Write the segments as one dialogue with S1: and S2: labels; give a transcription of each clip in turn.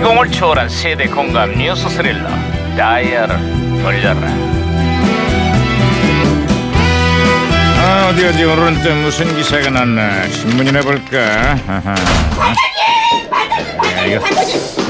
S1: 감동을 초월한 세대 공감 뉴스 스릴러 다이얼을 돌려라 아 어디 어디 오늘은 또 무슨 기사가 났나 신문이나 볼까 아하. 야, 이거.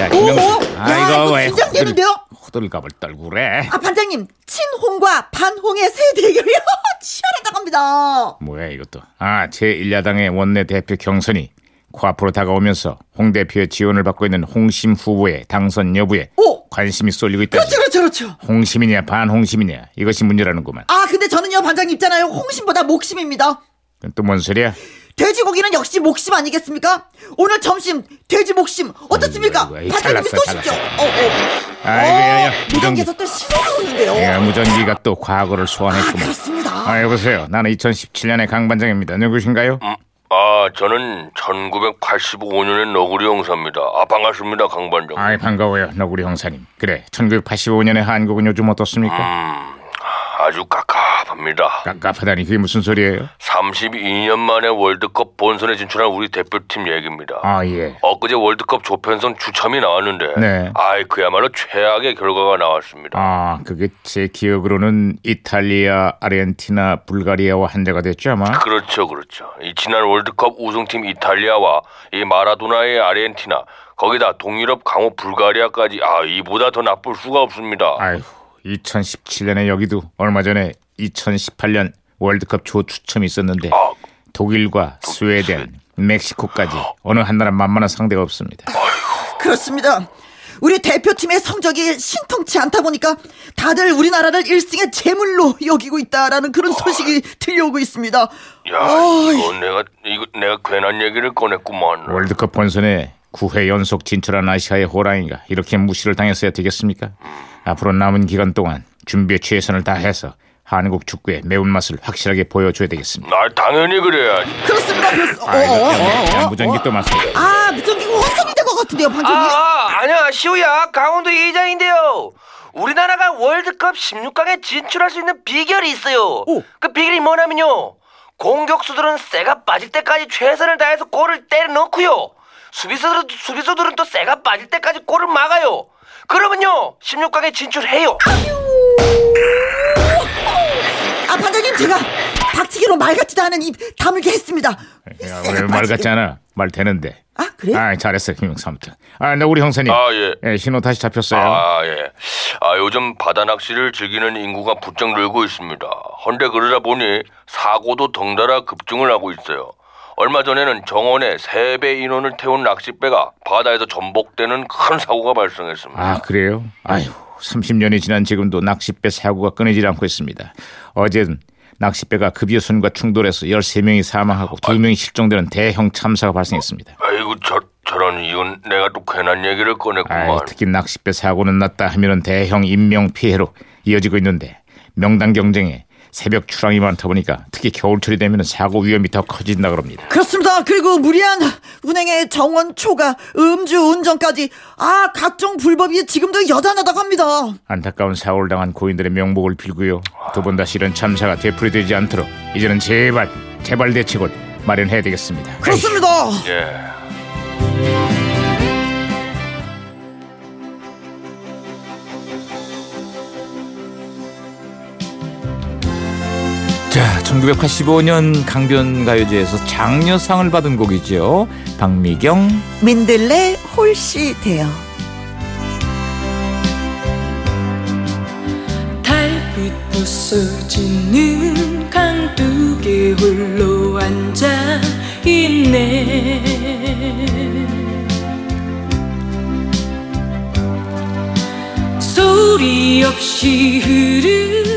S1: 야, 김영수.
S2: 오, 오.
S1: 아
S2: 어? 야,
S1: 이거
S2: 이거
S1: 왜
S2: 긴장되는데요?
S1: 호들- 호들갑을 떨고 그래
S2: 아 반장님 친홍과 반홍의 새 대결이요 치열하다고 합니다.
S1: 뭐야 이것도 아 제1야당의 원내 대표 경선이 코앞으로 다가오면서 홍 대표의 지원을 받고 있는 홍심 후보의 당선 여부에
S2: 오.
S1: 관심이 쏠리고 있다
S2: 어? 그렇죠 그렇죠 그렇죠.
S1: 홍심이냐 반홍심이냐 이것이 문제라는구만
S2: 아 근데 저는요 반장님 있잖아요 홍심보다 목심입니다.
S1: 또 뭔 소리야
S2: 돼지고기는 역시 목심 아니겠습니까? 오늘 점심 돼지 목심 어떻습니까?
S1: 아이고, 아이고,
S2: 반장님
S1: 음, 잘났어,
S2: 쏘십시오.
S1: 잘났어.
S2: 어, 어.
S1: 아이고, 야, 야,
S2: 어, 무전기에서 또 신호가 오는데요.
S1: 야, 무전기가 또 과거를
S2: 아
S1: 소환했구만
S2: 그렇습니다.
S1: 아 여보세요 나는 2017년의 강반장입니다 누구신가요?
S3: 아, 저는 1985년의 너구리 형사입니다. 아, 반갑습니다, 강반장.
S1: 아이 반가워요 너구리 형사님 그래 1985년의 한국은 요즘 어떻습니까?
S3: 아주 깝깝합니다.
S1: 깝깝하다니 그게 무슨 소리예요?
S3: 32년 만에 월드컵 본선에 진출한 우리 대표팀 얘기입니다.
S1: 아예
S3: 엊그제 월드컵 조편성 추첨이 나왔는데,
S1: 네.
S3: 아이 그야말로 최악의 결과가 나왔습니다.
S1: 아, 그게 제 기억으로는 이탈리아, 아르헨티나, 불가리아와 한자가 됐죠 아마.
S3: 그렇죠, 그렇죠. 이 지난 월드컵 우승팀 이탈리아와 이 마라도나의 아르헨티나, 거기다 동유럽 강호 불가리아까지, 아, 이보다 더 나쁠 수가 없습니다.
S1: 아휴, 2017년에 여기도 얼마 전에 2018년 월드컵 조 추첨이 있었는데
S3: 아,
S1: 독일과 스웨덴, 멕시코까지 어느 한 나라 만만한 상대가 없습니다. 아.
S2: 그렇습니다. 우리 대표팀의 성적이 신통치 않다 보니까 다들 우리나라를 일승의 재물로 여기고 있다라는
S1: 어.
S2: 그런 소식이 들려오고 있습니다.
S3: 야,
S2: 어,
S3: 이거 내가 이거 내가 괜한 얘기를 꺼냈구만.
S1: 월드컵 본선에 9회 연속 진출한 아시아의 호랑이가 이렇게 무시를 당했어야 되겠습니까? 앞으로 남은 기간 동안 준비에 최선을 다해서 한국 축구의 매운맛을 확실하게 보여줘야 되겠습니다.
S3: 날 당연히 그래야지.
S2: 그렇습니다. 그렇습...
S1: 아, 이거
S2: 어, 어, 어,
S1: 야,
S2: 어.
S1: 무전기 또 맞습니다.
S2: 아, 무전기가 혼선이 된 것 같은데요, 방금.
S3: 아, 아니야, 시우야, 강원도 이장인데요. 우리나라가 월드컵 16강에 진출할 수 있는 비결이 있어요. 그 비결이 뭐냐면요. 공격수들은 쇠가 빠질 때까지 최선을 다해서 골을 때려 넣고요. 수비수들은 수비수들은 또 쇠가 빠질 때까지 골을 막아요. 그러면요, 16강에 진출해요.
S2: 아, 반장님, 제가 박치기로 말 같지도 않은 입 다물게 했습니다.
S1: 야,
S2: 쇠가
S1: 오늘 예, 말
S2: 빠지게.
S1: 같지 않아. 말 되는데.
S2: 아, 그래?
S1: 아, 잘했어, 김영삼. 아, 나 우리 형사님.
S3: 아, 예.
S1: 신호 다시 잡혔어요.
S3: 아, 예. 아, 요즘 바다 낚시를 즐기는 인구가 부쩍 늘고 있습니다. 헌데 그러다 보니 사고도 덩달아 급증을 하고 있어요. 얼마 전에는 정원에 3배 인원을 태운 낚싯배가 바다에서 전복되는 큰 사고가 발생했습니다.
S1: 아, 그래요? 아휴, 30년이 지난 지금도 낚싯배 사고가 끊이질 않고 있습니다. 어젠 낚싯배가 급여선과 충돌해서 13명이 사망하고 2명이 실종되는 대형 참사가 발생했습니다.
S3: 아이고, 저, 저런, 이건 내가 또 괜한 얘기를 꺼냈구만.
S1: 아, 특히 낚싯배 사고는 났다 하면 대형 인명 피해로 이어지고 있는데 명당 경쟁에 새벽 출항이 많다 보니까 특히 겨울철이 되면 사고 위험이 더 커진다 그럽니다.
S2: 그렇습니다. 그리고 무리한 운행의 정원 초과, 음주 운전까지, 아, 각종 불법이 지금도 여전하다고 합니다.
S1: 안타까운 사고를 당한 고인들의 명복을 빌고요. 두 번 다시 이런 참사가 되풀이되지 않도록 이제는 제발 재발 대책을 마련해야 되겠습니다.
S2: 그렇습니다.
S3: 예.
S4: 자, 1985년 강변가요제에서 장려상을 받은 곡이지요. 박미경.
S2: 민들레 홀씨 대요.
S5: 달빛 부서지는 강둑에 홀로 앉아 있네 소리 없이 흐르는